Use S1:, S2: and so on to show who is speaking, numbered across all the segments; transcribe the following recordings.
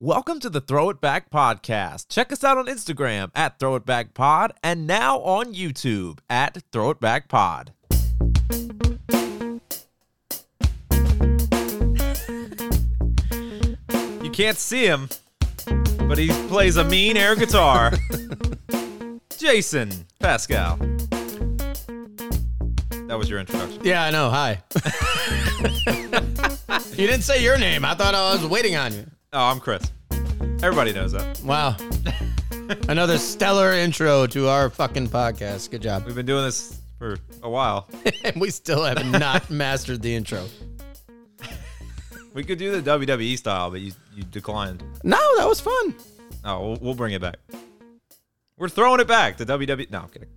S1: Welcome to the Throw It Back Podcast. Check us out on Instagram at Throw It Back Pod and now on YouTube at Throw It Back Pod. You can't see him, but he plays a mean air guitar. Jason Pascal. That was your introduction.
S2: Yeah, I know. Hi. you didn't say your name. I thought I was waiting on you.
S1: Oh, I'm Chris. Everybody knows that.
S2: Wow. Another stellar intro to our fucking podcast. Good job.
S1: We've been doing this for a while.
S2: And we still have not mastered the intro.
S1: We could do the WWE style, but you, you declined.
S2: No, that was fun.
S1: Oh, we'll, we'll bring it back. We're throwing it back to WWE. E. No, I'm kidding.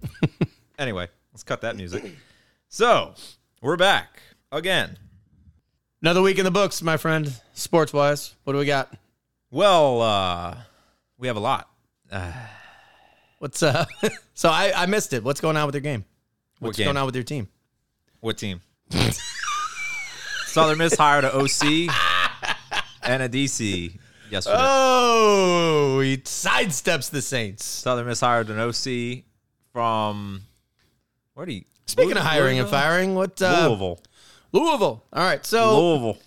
S1: anyway, let's cut that music. So, we're back again.
S2: Another week in the books, my friend. Sports wise, what do we got?
S1: Well, uh, we have a lot.
S2: What's uh? so I, I missed it. What's going on with your game?
S1: What
S2: What's
S1: game?
S2: going on with your team?
S1: What team? Southern Miss hired a OC and a DC yesterday.
S2: Oh, he sidesteps the Saints.
S1: Southern Miss hired an OC from where do you?
S2: Speaking of hiring and firing, what uh,
S1: Louisville.
S2: Louisville. All right, so
S1: Louisville.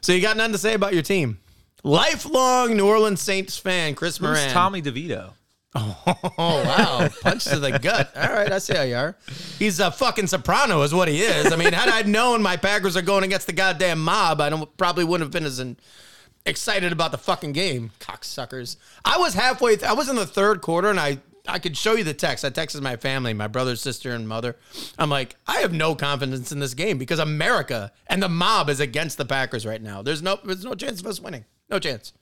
S2: So you got nothing to say about your team? Lifelong New Orleans Saints fan, Chris Moran.
S1: Who's Tommy DeVito?
S2: Oh wow, punch to the gut. All right, I see how you are. He's a fucking soprano, is what he is. I mean, had I known my Packers are going against the goddamn mob, I don't, probably wouldn't have been as in, excited about the fucking game, cocksuckers. I was halfway. Th- I was in the third quarter, and I I could show you the text. I texted my family, my brother, sister, and mother. I'm like, I have no confidence in this game because America and the mob is against the Packers right now. There's no there's no chance of us winning. No chance.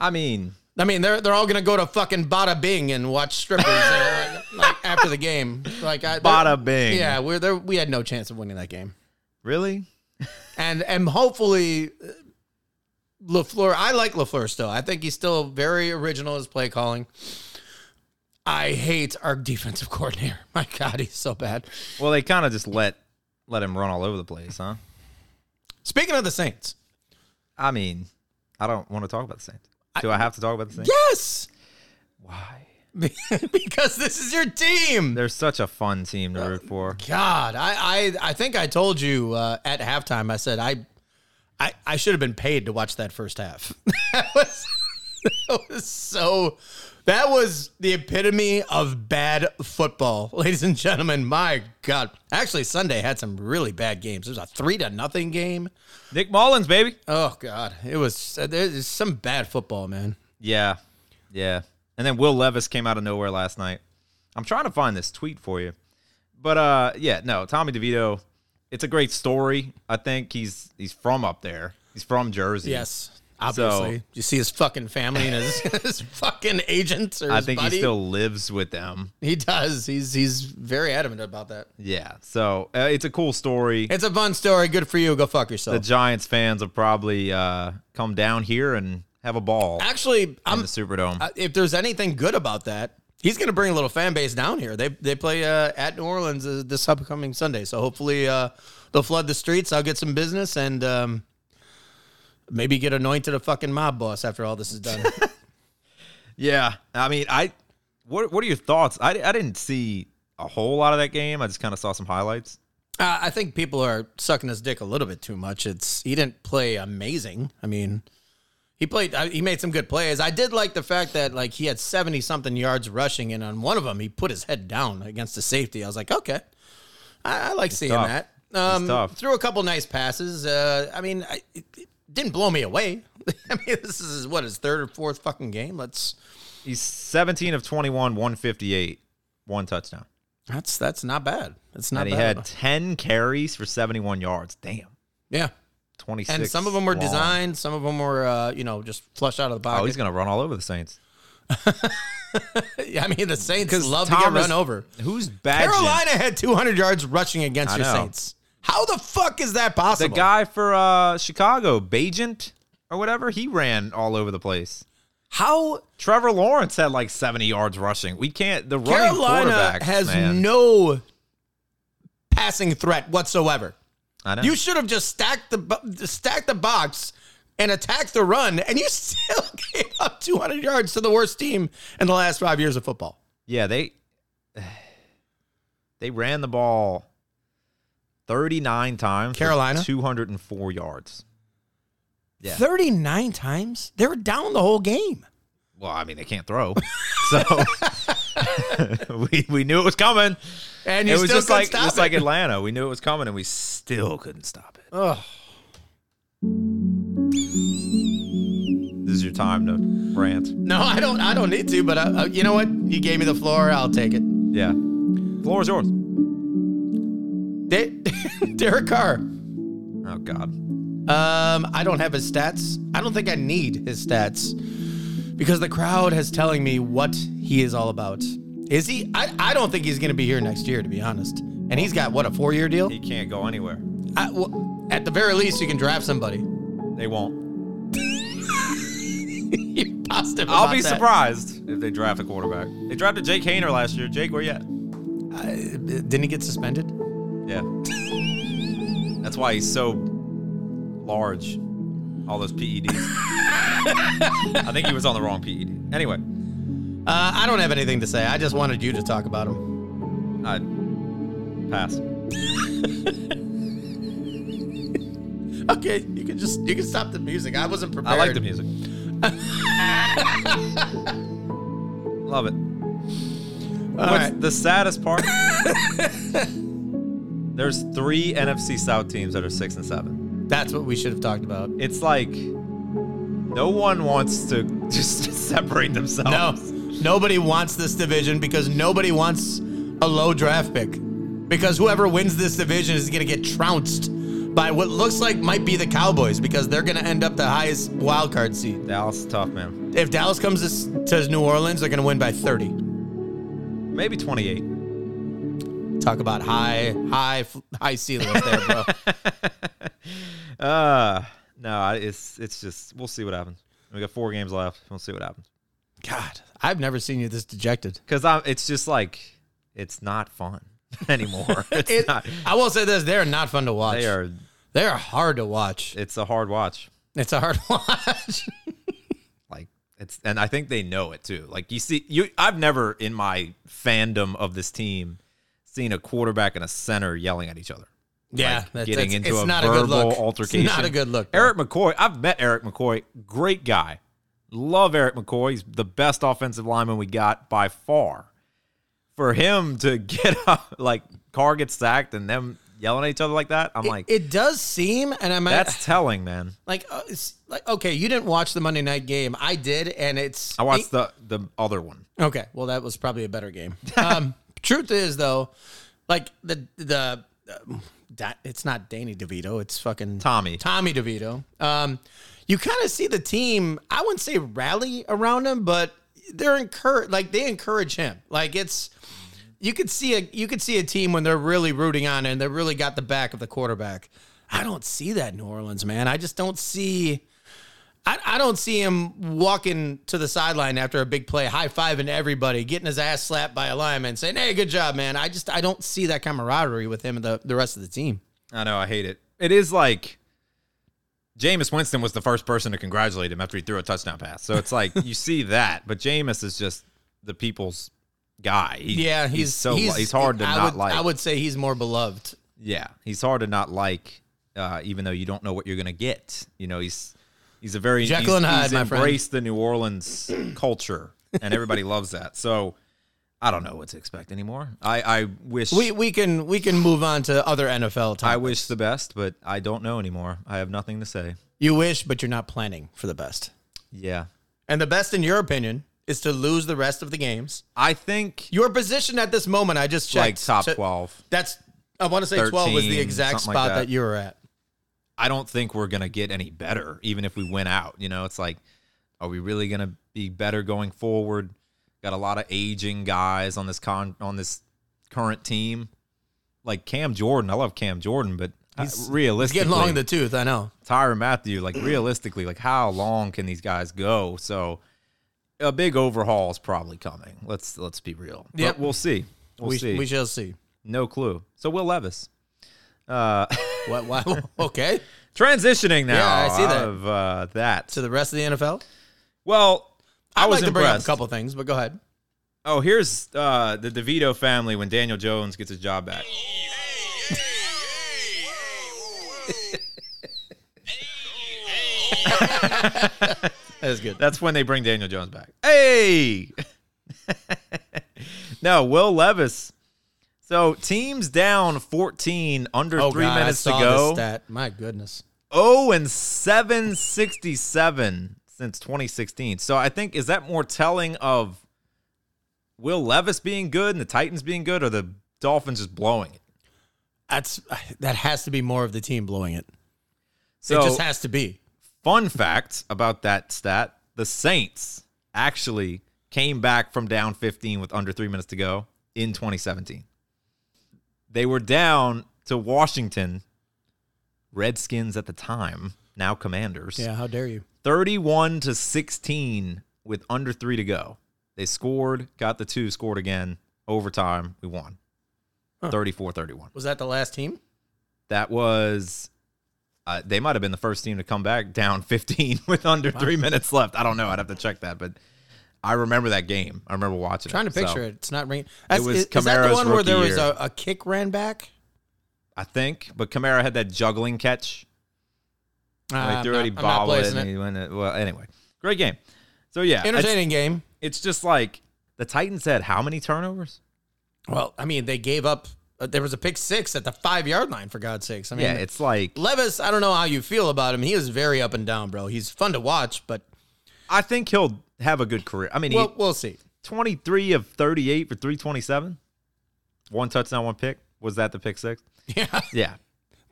S1: I mean,
S2: I mean, they're they're all gonna go to fucking Bada Bing and watch strippers uh, like after the game. Like I,
S1: Bada Bing.
S2: Yeah, we're there. We had no chance of winning that game,
S1: really?
S2: and and hopefully, uh, Lafleur. I like Lafleur still. I think he's still very original in his play calling. I hate our defensive coordinator. My God, he's so bad.
S1: Well, they kind of just let let him run all over the place, huh?
S2: Speaking of the Saints,
S1: I mean, I don't want to talk about the Saints. Do I, have to talk about the Saints?
S2: yes,
S1: Why?
S2: because this is your team.
S1: They're such a fun team to root for.
S2: God, I, I, I think I told you uh, at halftime. I said I, I, I should have been paid to watch that first half. that, was, that was so. That was the epitome of bad football, ladies and gentlemen. My God, actually, Sunday had some really bad games. There was a three to nothing game.
S1: Nick Mullins, baby.
S2: Oh God, it was uh, there's some bad football, man.
S1: Yeah, yeah. And then Will Levis came out of nowhere last night. I'm trying to find this tweet for you, but uh, yeah, no, Tommy DeVito. It's a great story. I think he's he's from up there. He's from Jersey.
S2: Yes, obviously, you see his fucking family and his, his fucking agents. Or
S1: I
S2: his
S1: think
S2: buddy.
S1: he still lives with them.
S2: He does. He's he's very adamant about that.
S1: Yeah. So uh, it's a cool story.
S2: It's a fun story. Good for you. Go fuck
S1: the
S2: yourself.
S1: Giants fans will probably uh, come down here and have a ball
S2: Actually,
S1: in
S2: I'm.
S1: the Superdome.
S2: uh, If there's anything good about that, he's going to bring a little fan base down here. They they play uh, at New Orleans uh, this upcoming Sunday, so hopefully uh, they'll flood the streets. I'll get some business and um, maybe get anointed a fucking mob boss after all this is done.
S1: yeah, I mean, I what what are your thoughts? I, I didn't see a whole lot of that game. I just kind of saw some highlights.
S2: Uh, I think people are sucking his dick a little bit too much. It's he didn't play amazing. I mean, he played. I, he made some good plays. I did like the fact that like he had seventy something yards rushing, and on one of them he put his head down against the safety. I was like, okay, I, I like seeing
S1: tough.
S2: that. Um,
S1: tough.
S2: Threw a couple nice passes. Uh, I mean, I, it, it didn't blow me away. I mean, this is what his third or fourth fucking game. Let's.
S1: He's 17 of 21, 158, one touchdown.
S2: That's that's not bad. That's not
S1: and he
S2: bad.
S1: had 10 carries for 71 yards. Damn.
S2: yeah.
S1: 26.
S2: And some of them were
S1: long.
S2: designed, some of them were, uh, you know, just flush out of the pocket.
S1: Oh, he's going to run all over the Saints.
S2: Yeah, I mean the Saints love to get
S1: Thomas-
S2: run over.
S1: Who's bad?
S2: Carolina had 200 yards rushing against
S1: I
S2: your
S1: know.
S2: Saints. How the fuck is that
S1: The
S2: possible?
S1: guy for uh, Chicago, Bajent or whatever, he ran all over the place.
S2: How
S1: Trevor Lawrence had like 70 yards rushing. We can't. The running
S2: Carolina
S1: quarterbacks,
S2: has
S1: man.
S2: no passing threat whatsoever.
S1: I know.
S2: You should have just stacked the bo- stacked the box, and attacked the run, and you still gave up 200 yards to the worst team in the last five years of football.
S1: Yeah, they they ran the ball 39 times. for
S2: Carolina?
S1: 204 yards. Yeah.
S2: 39 times? They were down the whole game.
S1: Well, I mean, they can't throw. so we, we knew it was coming.
S2: And you
S1: It was
S2: still
S1: just like
S2: stop
S1: just
S2: it.
S1: like Atlanta. We knew it was coming and we still couldn't stop it.
S2: Ugh.
S1: This is your time to rant.
S2: No, I don't. I don't need to. But I, I, you know what? You gave me the floor. I'll take it.
S1: Yeah. Floor is yours.
S2: De- Derek Carr.
S1: Oh god.
S2: Um, I don't have his stats. I don't think I need his stats because the crowd has telling me what he is all about. Is he? I, I don't think he's going to be here next year, to be honest. And he's got what a four year deal.
S1: He can't go anywhere.
S2: I, well, at the very least, you can draft somebody.
S1: They won't.
S2: You're positive.
S1: I'll
S2: about
S1: be
S2: that.
S1: surprised if they draft a quarterback. They drafted Jake Hayner last year. Jake, where you at?
S2: I- didn't he get suspended?
S1: Yeah. That's why he's so large. All those PEDs. I think he was on the wrong PED. Anyway,
S2: Uh, I don't have anything to say. I just wanted you to talk about him.
S1: I pass.
S2: Okay, you can just you can stop the music. I wasn't prepared.
S1: I like the music. Love it.
S2: All
S1: What's
S2: right.
S1: the saddest part? There's three NFC South teams that are six and seven.
S2: That's what we should have talked about.
S1: It's like no one wants to just separate
S2: No,
S1: themselves.
S2: nobody wants this division because nobody wants a low draft pick. Because whoever wins this division is going to get trounced by what looks like might be the Cowboys because they're going to end up the highest wild card seed.
S1: Dallas is tough, man.
S2: If Dallas comes to, s- to New Orleans, they're going to win by 30.
S1: Maybe 28.
S2: Talk about high, high, f- high ceilings there, bro.
S1: Uh no, I- it's it's just we'll see what happens. We got four games left. We'll see what happens.
S2: God, I've never seen you this dejected.
S1: Cause I, it's just like it's not fun anymore. It's
S2: It-
S1: not.
S2: I will say this: they are not fun to watch.
S1: They are.
S2: They are hard to watch.
S1: It's a hard watch.
S2: It's a hard watch.
S1: like it's and I think they know it too. Like you see you I've never in my fandom of this team seen a quarterback and a center yelling at each other.
S2: yeah,
S1: Like, getting into a
S2: not
S1: verbal
S2: good look.
S1: altercation.
S2: It's not a good look. bro.
S1: Eric McCoy, I've met Eric McCoy, great guy. Love Eric McCoy. He's the best offensive lineman we got by far. For him to get up like car gets sacked and them yelling at each other like that, I'm like
S2: it does seem, and I'm
S1: that's telling, man.
S2: like, uh, it's like, okay, you didn't watch the Monday night game. I did, and it's
S1: I watched the the other one.
S2: Okay, well, that was probably a better game. Um, truth is, though, like the the. Um, Da- it's not Danny DeVito. It's fucking
S1: Tommy.
S2: Tommy DeVito. Um, you kind of see the team. I wouldn't say rally around him, but they're encourage like they encourage him. Like it's you could see a you could see a team when they're really rooting on and they really got the back of the quarterback. I don't see that in New Orleans, man. I just don't see. I, I don't see him walking to the sideline after a big play, high fiving everybody, getting his ass slapped by a lineman, saying, "Hey, good job, man." I just I don't see that camaraderie with him and the, the rest of the team.
S1: I know, I hate it. It is like Jameis Winston was the first person to congratulate him after he threw a touchdown pass. So it's like you see that, but Jameis is just the people's guy. He-
S2: Yeah, he's
S1: so he's, hard to
S2: I
S1: not
S2: would,
S1: like.
S2: I would say he's more beloved.
S1: yeah, he's hard to not like, uh, even though you don't know what you're gonna get. You know, he's he's a very
S2: Jekyll
S1: he's-
S2: and Hyde,
S1: he's
S2: my friend.
S1: embraced the New Orleans culture, and everybody loves that. So I don't know what to expect anymore. I I wish
S2: We we can we can move on to other NFL
S1: I
S2: time.
S1: wish the best, but I don't know anymore. I have nothing to say.
S2: you wish, but you're not planning for the best.
S1: Yeah.
S2: And the best, in your opinion, is to lose the rest of the games.
S1: I think
S2: Your position at this moment, I just checked,
S1: like top
S2: so-
S1: 12.
S2: That's I want to say twelve was the
S1: 13,
S2: exact
S1: something
S2: spot
S1: like
S2: that.
S1: that.
S2: you were at.
S1: I don't think we're going to get any better, even if we win out. You know, it's like, are we really going to be better going forward? Got a lot of aging guys on this con on this current team. Like Cam Jordan, I love Cam Jordan, but
S2: He's-
S1: he's,
S2: It's
S1: realistically,
S2: getting long in the tooth. I know.
S1: Tyron Matthew, like realistically, like how long can these guys go? So a big overhaul is probably coming. Let's let's be real. But
S2: Yep.
S1: we'll see. We'll
S2: we,
S1: see.
S2: we shall see.
S1: no clue. So Will Levis. Uh
S2: What? Wow. okay.
S1: Transitioning now
S2: Yeah, I see
S1: out
S2: that.
S1: of uh, that.
S2: to the rest of the NFL.
S1: Well, I
S2: I'd
S1: was
S2: like to bring up a
S1: impressed.
S2: couple things, but go ahead.
S1: Oh, here's uh, the DeVito family when Daniel Jones gets his job back.
S2: That is good.
S1: That's when they bring Daniel Jones back. Hey! no, Will Levis. So teams down 14, under
S2: Oh,
S1: three
S2: God,
S1: minutes
S2: I
S1: to
S2: saw This
S1: go.
S2: stat. My goodness.
S1: 0 and 767 since 2016. So I think, is that more telling of Will Levis being good and the Titans being good or the Dolphins just blowing it?
S2: That's that has to be more of the team blowing it.
S1: So
S2: it just has to be.
S1: Fun fact about that stat the Saints actually came back from down 15 with under three minutes to go in 2017. They were down to Washington, Redskins at the time, now Commanders,
S2: Yeah, how dare you?
S1: 31 to 16 with under three to go. They scored, got the two, scored again, overtime, we won. 34 31.
S2: Was that the last team?
S1: That was. Uh, they might have been the first team to come back down 15 with under three minutes left. I don't know. I'd have to check that, but I remember that game. I remember watching.
S2: Trying to
S1: it, So,
S2: picture it. It's not ringing. That's,
S1: was
S2: is, is that the
S1: Kamara's
S2: one where there
S1: rookie
S2: was a, a kick ran back?
S1: I think, but Kamara had that juggling catch.
S2: Uh,
S1: Like,
S2: I'm
S1: they already
S2: not- I'm not
S1: bobbled it,
S2: placing
S1: and
S2: it.
S1: he went. Well, anyway, great game. So yeah, it's,
S2: Entertaining game.
S1: it's just like the Titans had how many turnovers?
S2: Well, I mean, they gave up. Uh, there was a pick six at the five yard line, for God's sakes. I mean,
S1: Yeah, it's like
S2: Levis, I don't know how you feel about him. He is very up and down, bro. He's fun to watch, but
S1: I think he'll have a good career. I mean,
S2: we'll,
S1: he,
S2: we'll see.
S1: 23 of 38 for 327, one touchdown, one pick. Was that the pick six?
S2: Yeah.
S1: Yeah,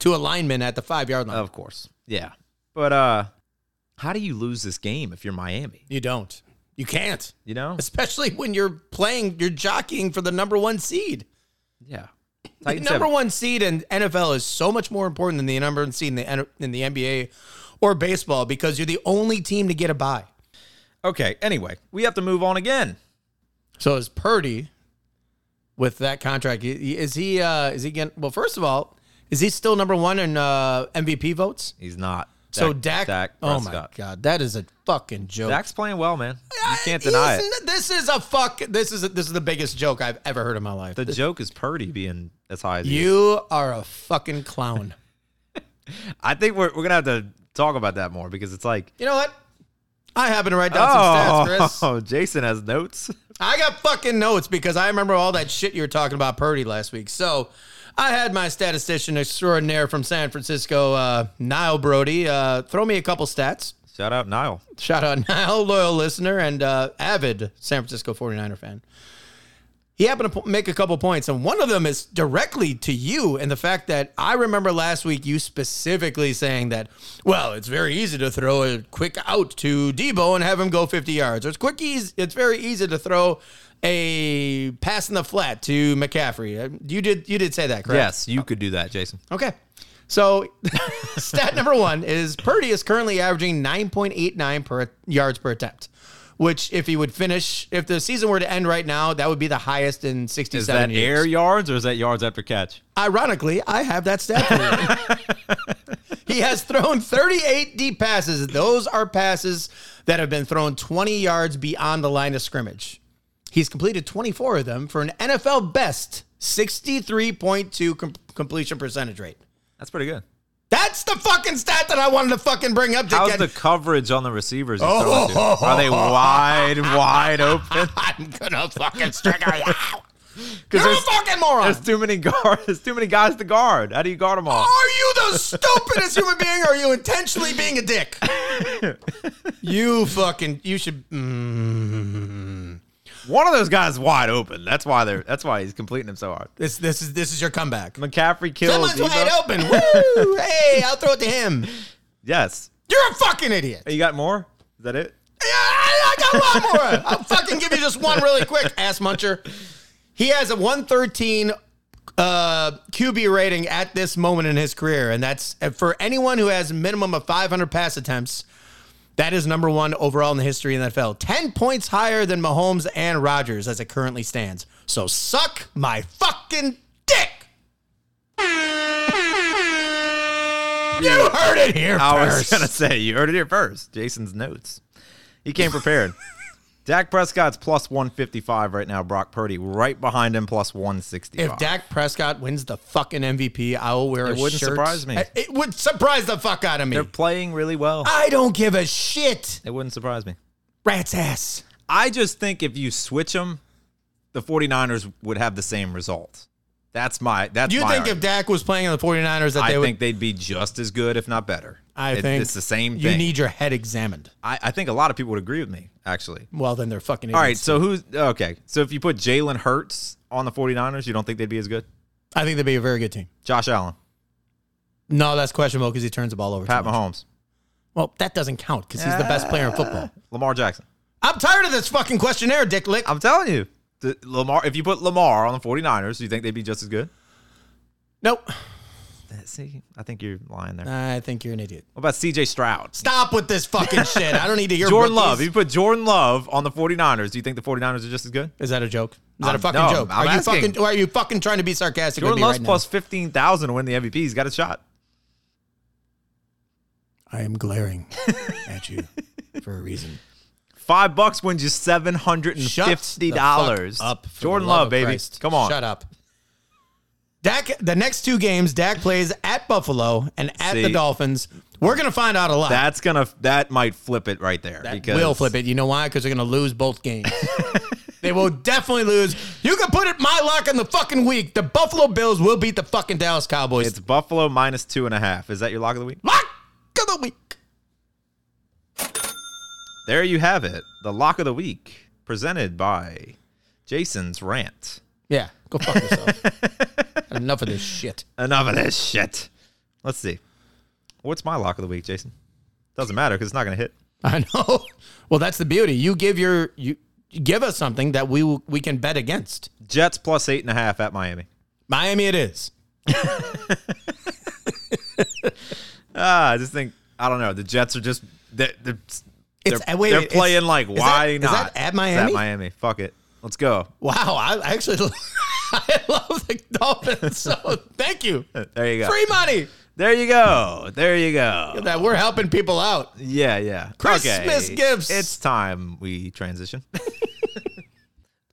S2: to a lineman at the five yard line.
S1: Of course. Yeah. But uh how do you lose this game if you're Miami?
S2: You don't. You can't.
S1: You know?
S2: Especially when you're playing, you're jockeying for the number one seed.
S1: Yeah.
S2: The
S1: Titans
S2: number
S1: have-
S2: one seed in NFL is so much more important than the number one seed in the, N- in the NBA or baseball because you're the only team to get a bye.
S1: Okay, anyway, we have to move on again.
S2: So is Purdy with that contract? i- Is he? Uh, is he getting? Well, first of all, is he still number one in uh, MVP votes?
S1: He's not.
S2: so Dak.
S1: Dak
S2: oh my
S1: Prescott.
S2: God, that is a fucking joke.
S1: Dak's playing well, man. You can't
S2: He's
S1: deny it.
S2: n- This is a fuck. This is a, this is the biggest joke I've ever heard in my life.
S1: The joke is Purdy being as high as you.
S2: you are a fucking clown.
S1: I think we're, we're gonna have to talk about that more because it's like
S2: you know what? I happen to write down
S1: oh,
S2: some stats, Chris.
S1: Jason has notes.
S2: I got fucking notes because I remember all that shit you were talking about Purdy last week. So I had my statistician extraordinaire from San Francisco, uh, Niall Brody, uh, throw me a couple stats.
S1: Shout out Nile.
S2: Shout out Niall, loyal listener and uh, avid San Francisco 49er fan. He happened to po- make a couple points, and one of them is directly to you. And the fact that I remember last week you specifically saying that, well, it's very easy to throw a quick out to Debo and have him go 50 yards. Or it's quick easy, it's very easy to throw a pass in the flat to McCaffrey. Uh, You did you did say that, correct?
S1: Yes, you could do that, Jason.
S2: Okay. So, stat number one is Purdy is currently averaging 9.89 per yards per attempt, which if he would finish, if the season were to end right now, that would be the highest in 67
S1: Is that
S2: years.
S1: air yards or is that yards after catch?
S2: Ironically, I have that stat for you. he has thrown 38 deep passes. Those are passes that have been thrown 20 yards beyond the line of scrimmage. He's completed 24 of them for an NFL best 63.2 com- completion percentage rate.
S1: That's pretty good.
S2: That's the fucking stat that I wanted to fucking bring up. To
S1: How's
S2: get,
S1: the coverage on the receivers? He's throwing to? Are they wide, wide open?
S2: I'm gonna fucking trigger you. You're a
S1: there's-
S2: fucking moron.
S1: There's too many guards. There's too many guys to guard. How do you guard them all?
S2: Are you the stupidest human being? Or are you intentionally being a dick? you fucking. You should. Mm.
S1: One of those guys is wide open. That's why they're. That's why he's completing them so hard.
S2: this this is this is your comeback.
S1: McCaffrey kills.
S2: Someone's wide
S1: Debo.
S2: open. Woo! Hey, I'll throw it to him.
S1: Yes.
S2: You're a fucking idiot.
S1: Hey, you got more? Is that it?
S2: Yeah, I, I got one more. I'll fucking give you just one really quick, ass muncher. He has a 113 uh, QB rating at this moment in his career, and that's and for anyone who has a minimum of 500 pass attempts. That is number one overall in the history of the NFL. 10 points higher than Mahomes and Rodgers as it currently stands. So suck my fucking dick. You heard it here
S1: I was
S2: first.
S1: going to say, you heard it here first. Jason's notes. He came prepared. Dak Prescott's plus 155 right now. Brock Purdy right behind him, plus 165.
S2: If Dak Prescott wins the fucking MVP, I will wear a
S1: It
S2: shirt.
S1: wouldn't surprise me.
S2: I- It would surprise the fuck out of me.
S1: They're playing really well.
S2: I don't give a shit.
S1: It wouldn't surprise me.
S2: Rat's ass.
S1: I just think if you switch them, the 49ers would have the same result. That's my that's
S2: Do you
S1: my
S2: think if
S1: argument.
S2: Dak was playing in the 49ers that
S1: I
S2: they would
S1: think they'd be just as good, if not better.
S2: I
S1: It-
S2: think
S1: it's the same
S2: You
S1: thing.
S2: need your head examined.
S1: I, I think a lot of people would agree with me, actually.
S2: Well, then they're fucking idiots.
S1: All right, so who's okay. So if you put Jalen Hurts on the 49ers, you don't think they'd be as good?
S2: I think they'd be a very good team.
S1: Josh Allen,
S2: No, that's questionable because he turns the ball over.
S1: Pat
S2: too much.
S1: Mahomes,
S2: Well, that doesn't count because he's the best player in football.
S1: Lamar Jackson.
S2: I'm tired of this fucking questionnaire, Dick Lick.
S1: I'm telling you. the- Lamar if you put Lamar on the 49ers, do you think they'd be just as good?
S2: nope.
S1: See, I think you're lying there.
S2: I think you're an idiot.
S1: What about CJ Stroud?
S2: Stop with this fucking shit. I don't need to hear
S1: Jordan
S2: rookies.
S1: Love. If you put Jordan Love on the 49ers, do you think the 49ers are just as good?
S2: Is that a joke? Is that a
S1: I'm-
S2: fucking
S1: no,
S2: joke?
S1: I'm
S2: are you
S1: asking.
S2: fucking or are you fucking trying to be sarcastic
S1: Jordan
S2: with me
S1: Love's
S2: right
S1: plus 15,000 to win the MVP. He's got a shot.
S2: now? I am glaring at you for a reason.
S1: Five bucks wins you
S2: Shut the
S1: $750.
S2: fuck Up for
S1: Jordan
S2: the love
S1: Love,
S2: of
S1: baby.
S2: Christ.
S1: Come on.
S2: Shut up. Dak the next two games Dak plays at Buffalo and at the
S1: See.
S2: Dolphins. We're going to find out a lot.
S1: That's gonna that might flip it right there.
S2: That
S1: because
S2: will flip it. You know why? Because they're going to lose both games. they will definitely lose. You can put it my lock in the fucking week. The Buffalo Bills will beat the fucking Dallas Cowboys.
S1: It's Buffalo minus two and a half. Is that your lock of the week?
S2: lock of the week.
S1: There you have it. The lock of the week presented by Jason's rant.
S2: Yeah, go fuck yourself. Enough of this shit.
S1: Enough of this shit. Let's see. What's my lock of the week, Jason? Doesn't matter because it's not gonna hit.
S2: I know. Well, that's the beauty. You give your you you give us something that we will- we can bet against.
S1: Jets plus eight and a half at Miami.
S2: Miami, it is.
S1: Ah, I just think I don't know. The Jets are just they're they're,
S2: It's- uh,
S1: they're,
S2: wait,
S1: they're
S2: it's-
S1: playing like
S2: is that-
S1: why
S2: is
S1: not?
S2: that at Miami?
S1: It's at Miami. Fuck it. Let's go.
S2: Wow, I actually I love the Dolphins. So thank you.
S1: There you go.
S2: Free money
S1: There you go. There you go.
S2: that we're helping people out.
S1: Yeah, yeah.
S2: Christmas gifts.
S1: It's time we transition.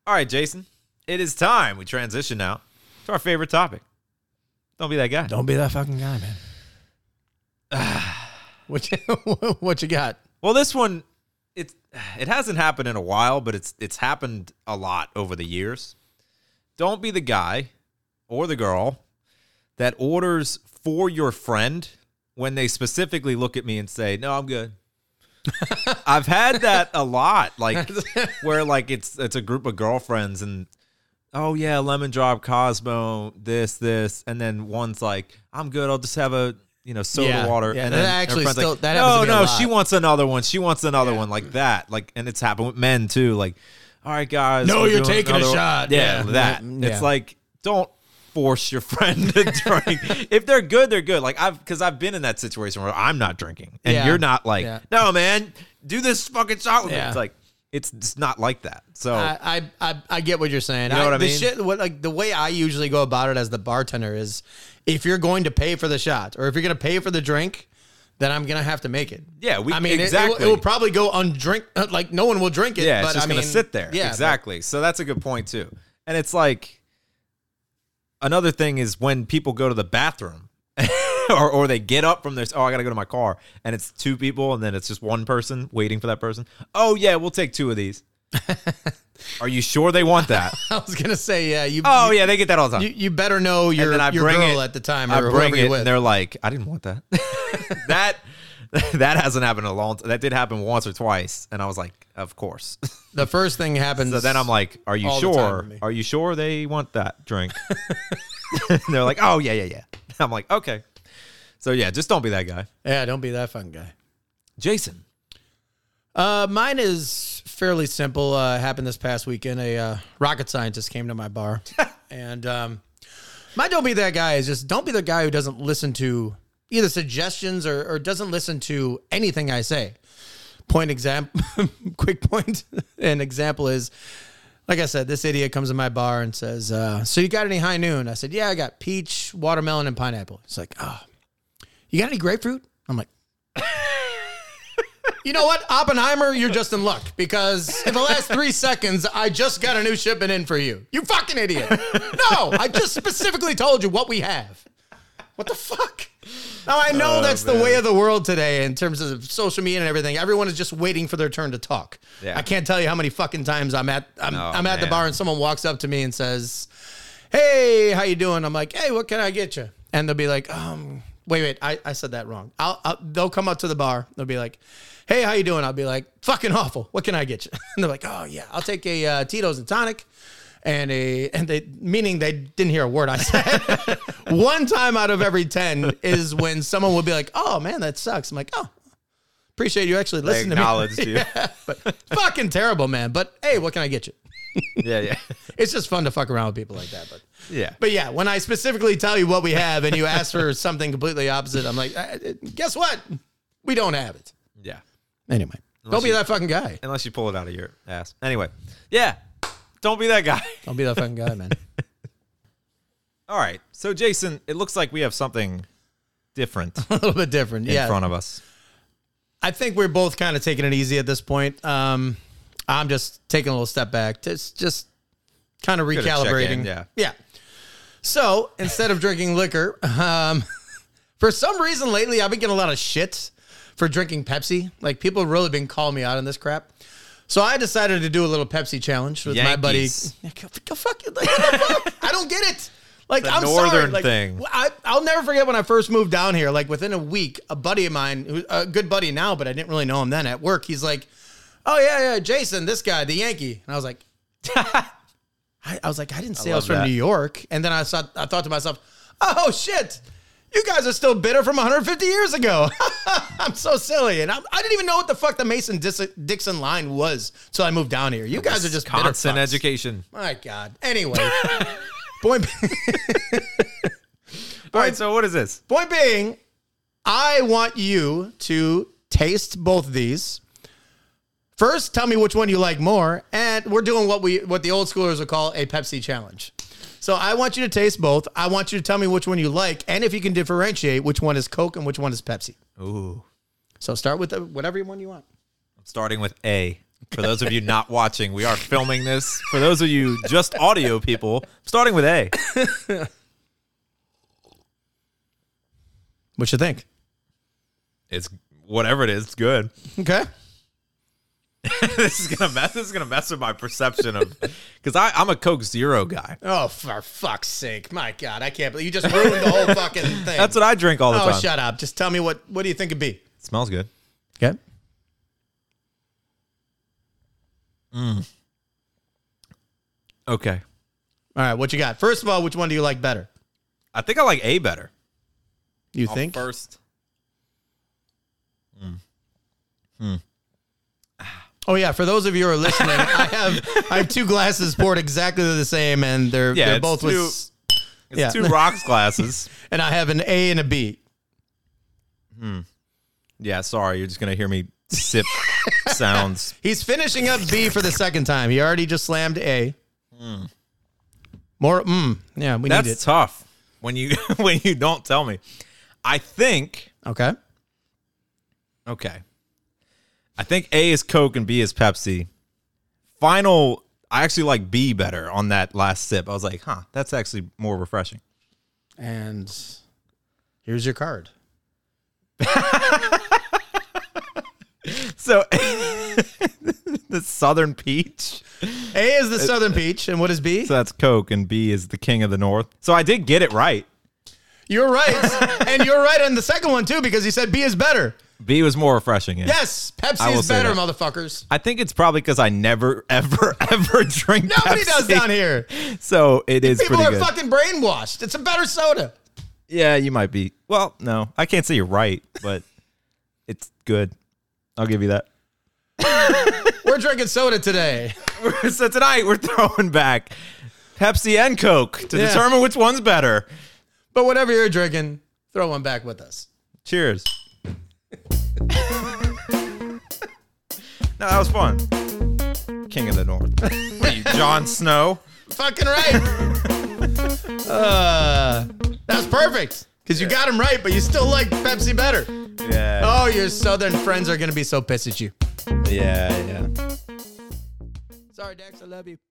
S1: All right, Jason. It is time we transition now to our favorite topic. Don't be that guy.
S2: Don't be that fucking guy, man. what you what you got?
S1: Well, this one it it hasn't happened in a while, but it's it's happened a lot over the years. Don't be the guy or the girl that orders for your friend when they specifically look at me and say, "No, I'm good." I've had that a lot, like where like it's it's a group of girlfriends and oh yeah, lemon drop Cosmo, this this, and then one's like, "I'm good. I'll just have a you know soda
S2: Yeah,
S1: water."
S2: yeah,
S1: and
S2: that
S1: then her
S2: actually
S1: friend's
S2: still-
S1: like,
S2: that happens
S1: no
S2: to me a
S1: no
S2: lot.
S1: she wants another one. She wants another one like that. Like, and it's happened with men too. Like, all right, guys.
S2: No,
S1: we're
S2: you're
S1: doing
S2: taking a
S1: another-
S2: shot.
S1: Yeah,
S2: Yeah.
S1: that.
S2: Yeah.
S1: It's like don't force your friend to drink. if they're good, they're good. Like I've because I've been in that situation where I'm not drinking and
S2: Yeah.
S1: you're not. Like,
S2: Yeah.
S1: no, man, do this fucking shot with me.
S2: Yeah.
S1: It's like it's it's not like that. So
S2: I, I I I get what you're saying.
S1: Oh. You know what I
S2: the
S1: mean?
S2: Shit, what like the way I usually go about it as the bartender is, if you're going to pay for the shot or if you're going to pay for the drink, then I'm going to have to make it.
S1: Yeah, we-
S2: I mean, it- it will- It,
S1: exactly.
S2: will, probably go undrink. Like no one will drink it.
S1: yeah,
S2: but
S1: it's just
S2: I
S1: gonna
S2: mean,
S1: sit there.
S2: Yeah, but-
S1: exactly. so that's a good point too. And it's like another thing is when people go to the bathroom. or, or they get up from their oh I gotta go to my car and it's two people and then it's just one person waiting for that person oh yeah we'll take two of these are you sure they want that
S2: I was going to say, yeah, you.
S1: oh yeah they get that all the time
S2: You, you better know your
S1: then I
S2: your
S1: bring
S2: girl
S1: it-
S2: at the time or
S1: I bring
S2: whoever
S1: it,
S2: you're
S1: and
S2: with.
S1: they're like, I didn't want that. that that hasn't happened in a long. time. That did happen once or twice, and I was like, of course.
S2: The first thing happens.
S1: So then I'm like, are you
S2: All the time
S1: sure?
S2: with me.
S1: Are you sure they want that drink? and they're like, oh yeah, yeah, yeah. I'm like, okay. So yeah, just don't be that guy,
S2: yeah, don't be that fun guy.
S1: Jason.
S2: Uh, mine is fairly simple. Uh, happened this past weekend. A uh, rocket scientist came to my bar, and um, my don't be that guy is just don't be the guy who doesn't listen to either suggestions or, or doesn't listen to anything I say. Point example, quick point. An example is, like I said, this idiot comes to my bar and says, uh, "So you got any high noon?" I said, "Yeah, I got peach, watermelon, and pineapple." He's like, "Oh, You got any grapefruit? I'm like, you know what, Oppenheimer, you're just in luck because in the last three seconds, I just got a new shipment in for you. You fucking idiot. No, I just specifically told you what we have. What the fuck? Now, I know
S1: Oh,
S2: that's
S1: man.
S2: the way of the world today in terms of social media and everything. Everyone is just waiting for their turn to talk.
S1: Yeah.
S2: I can't tell you how many fucking times I'm at I'm,
S1: Oh,
S2: I'm at the
S1: man.
S2: bar and someone walks up to me and says, "Hey, how you doing?" I'm like, "Hey, what can I get you?" And they'll be like, "Um, wait, wait, I, I said that wrong." I'll, I'll they'll come up to the bar. They'll be like, "Hey, how you doing?" I'll be like, "Fucking awful. What can I get you?" And they're like, "Oh yeah, I'll take a uh, Tito's and tonic." And a and they meaning they didn't hear a word I said. One time out of every ten is when someone will be like, "Oh man, that sucks." I'm like, "Oh, appreciate you actually
S1: They
S2: listening to me."
S1: acknowledged you.
S2: But fucking terrible, man. But hey, what can I get you?
S1: Yeah, yeah,
S2: It's just fun to fuck around with people like that. But
S1: yeah.
S2: but yeah, when I specifically tell you what we have and you ask for something completely opposite, I'm like, "Uh, guess what? We don't have it.
S1: yeah.
S2: Anyway, don't be
S1: you-
S2: that fucking guy.
S1: Unless you pull it out of your ass. Anyway, yeah. Don't be that guy.
S2: Don't be that fucking guy, man.
S1: All right. So Jason, it looks like we have something different
S2: A
S1: in
S2: little bit different. yeah.
S1: front of us.
S2: I think we're both kind of taking it easy at this point. Um, I'm just taking a little step back. Just, just kind of
S1: to check
S2: recalibrating.
S1: in, yeah.
S2: Yeah. So instead of drinking liquor, um, for some reason lately, I've been getting a lot of shit for drinking Pepsi. Like people have really been calling me out on this crap. So I decided to do a little Pepsi challenge with my buddy.
S1: Yankees.
S2: Yeah, Go, go fuck you. Like, what the fuck? I don't get it. Like
S1: It's a
S2: I'm sorry.
S1: northern
S2: Like,
S1: thing.
S2: I, I'll never forget when I first moved down here. Like within a week, a buddy of mine, who, a good buddy now, but I didn't really know him then at work. He's like, "Oh yeah, yeah, Jason, this guy, the Yankee," and I was like, I, I was like, I didn't say I,
S1: love
S2: was from
S1: that.
S2: New York. And then I thought, I thought to myself, oh shit, you guys are still bitter from 150 years ago. I'm so silly, and I, I didn't even know what the fuck the Mason Dis- Dixon line was till I moved down here. You guys are just bitter
S1: constant
S2: fucks.
S1: education.
S2: My God. Anyway, point
S1: All right. So what is this?
S2: point being, I want you to taste both these. First, tell me which one you like more, and we're doing what we what the old schoolers would call a Pepsi challenge. So I want you to taste both. I want you to tell me which one you like, and if you can differentiate which one is Coke and which one is Pepsi.
S1: Ooh.
S2: So start with the, whatever one you want.
S1: I'm starting with A. For those of you not watching, we are filming this. For those of you just audio people, I'm starting with A.
S2: What you think?
S1: It's whatever it is, it's good.
S2: Okay.
S1: this is gonna mess this is gonna mess with my perception of because I, I'm a Coke Zero guy.
S2: Oh, for fuck's sake! My God, I can't believe you just ruined the whole fucking thing.
S1: That's what I drink all the
S2: oh,
S1: time.
S2: shut up! Just tell me what what do you think it'd be?
S1: smells good.
S2: Okay.
S1: Okay.
S2: All right, what you got? First of all, which one do you like better?
S1: I think I like A better.
S2: You
S1: I'll
S2: think?
S1: first.
S2: Oh yeah, for those of you who are listening, I have I have two glasses poured exactly the same, and they're
S1: Yeah,
S2: they're
S1: it's
S2: both
S1: two-
S2: with,
S1: It's
S2: Yeah.
S1: two rocks glasses.
S2: and I have an A and a B.
S1: Yeah, sorry, you're just gonna hear me sip sounds.
S2: He's finishing up B for the second time. He already just slammed A. More, mm, yeah, we need
S1: Hmm. That's
S2: it.
S1: tough when you when you don't tell me. I think
S2: Okay,
S1: okay. I think A is Coke and B is Pepsi. Final I actually like B better on that last sip. I was like, huh, that's actually more refreshing.
S2: and here's your card.
S1: So the Southern Peach.
S2: A is the Southern Peach, and what is B?
S1: So that's Coke and B is the King of the North. So I did get it right.
S2: You're right, and you're right on the second one too because he said B is better.
S1: B was more refreshing. Yeah.
S2: Yes,
S1: I
S2: Pepsi
S1: will
S2: is
S1: say
S2: better,
S1: that.
S2: motherfuckers.
S1: I think it's probably because I never, ever, ever drink
S2: Nobody
S1: Pepsi.
S2: does down here.
S1: So it is
S2: People
S1: pretty
S2: are
S1: good.
S2: fucking brainwashed. It's a better soda.
S1: yeah, you might be. Well, no, I can't say you're right, but it's good. I'll give you that.
S2: We're drinking soda today.
S1: so tonight we're throwing back Pepsi and Coke to
S2: Yeah.
S1: determine which one's better.
S2: But whatever you're drinking, throw one back with us.
S1: Cheers. no, that was fun. King of the North. What are you, Jon Snow?
S2: Fucking right. uh, that was perfect. Because you got him right, but you still like Pepsi better.
S1: Yeah.
S2: Oh, your southern friends are going to be so pissed at you.
S1: Yeah, yeah.
S2: Sorry, Dex, I love you.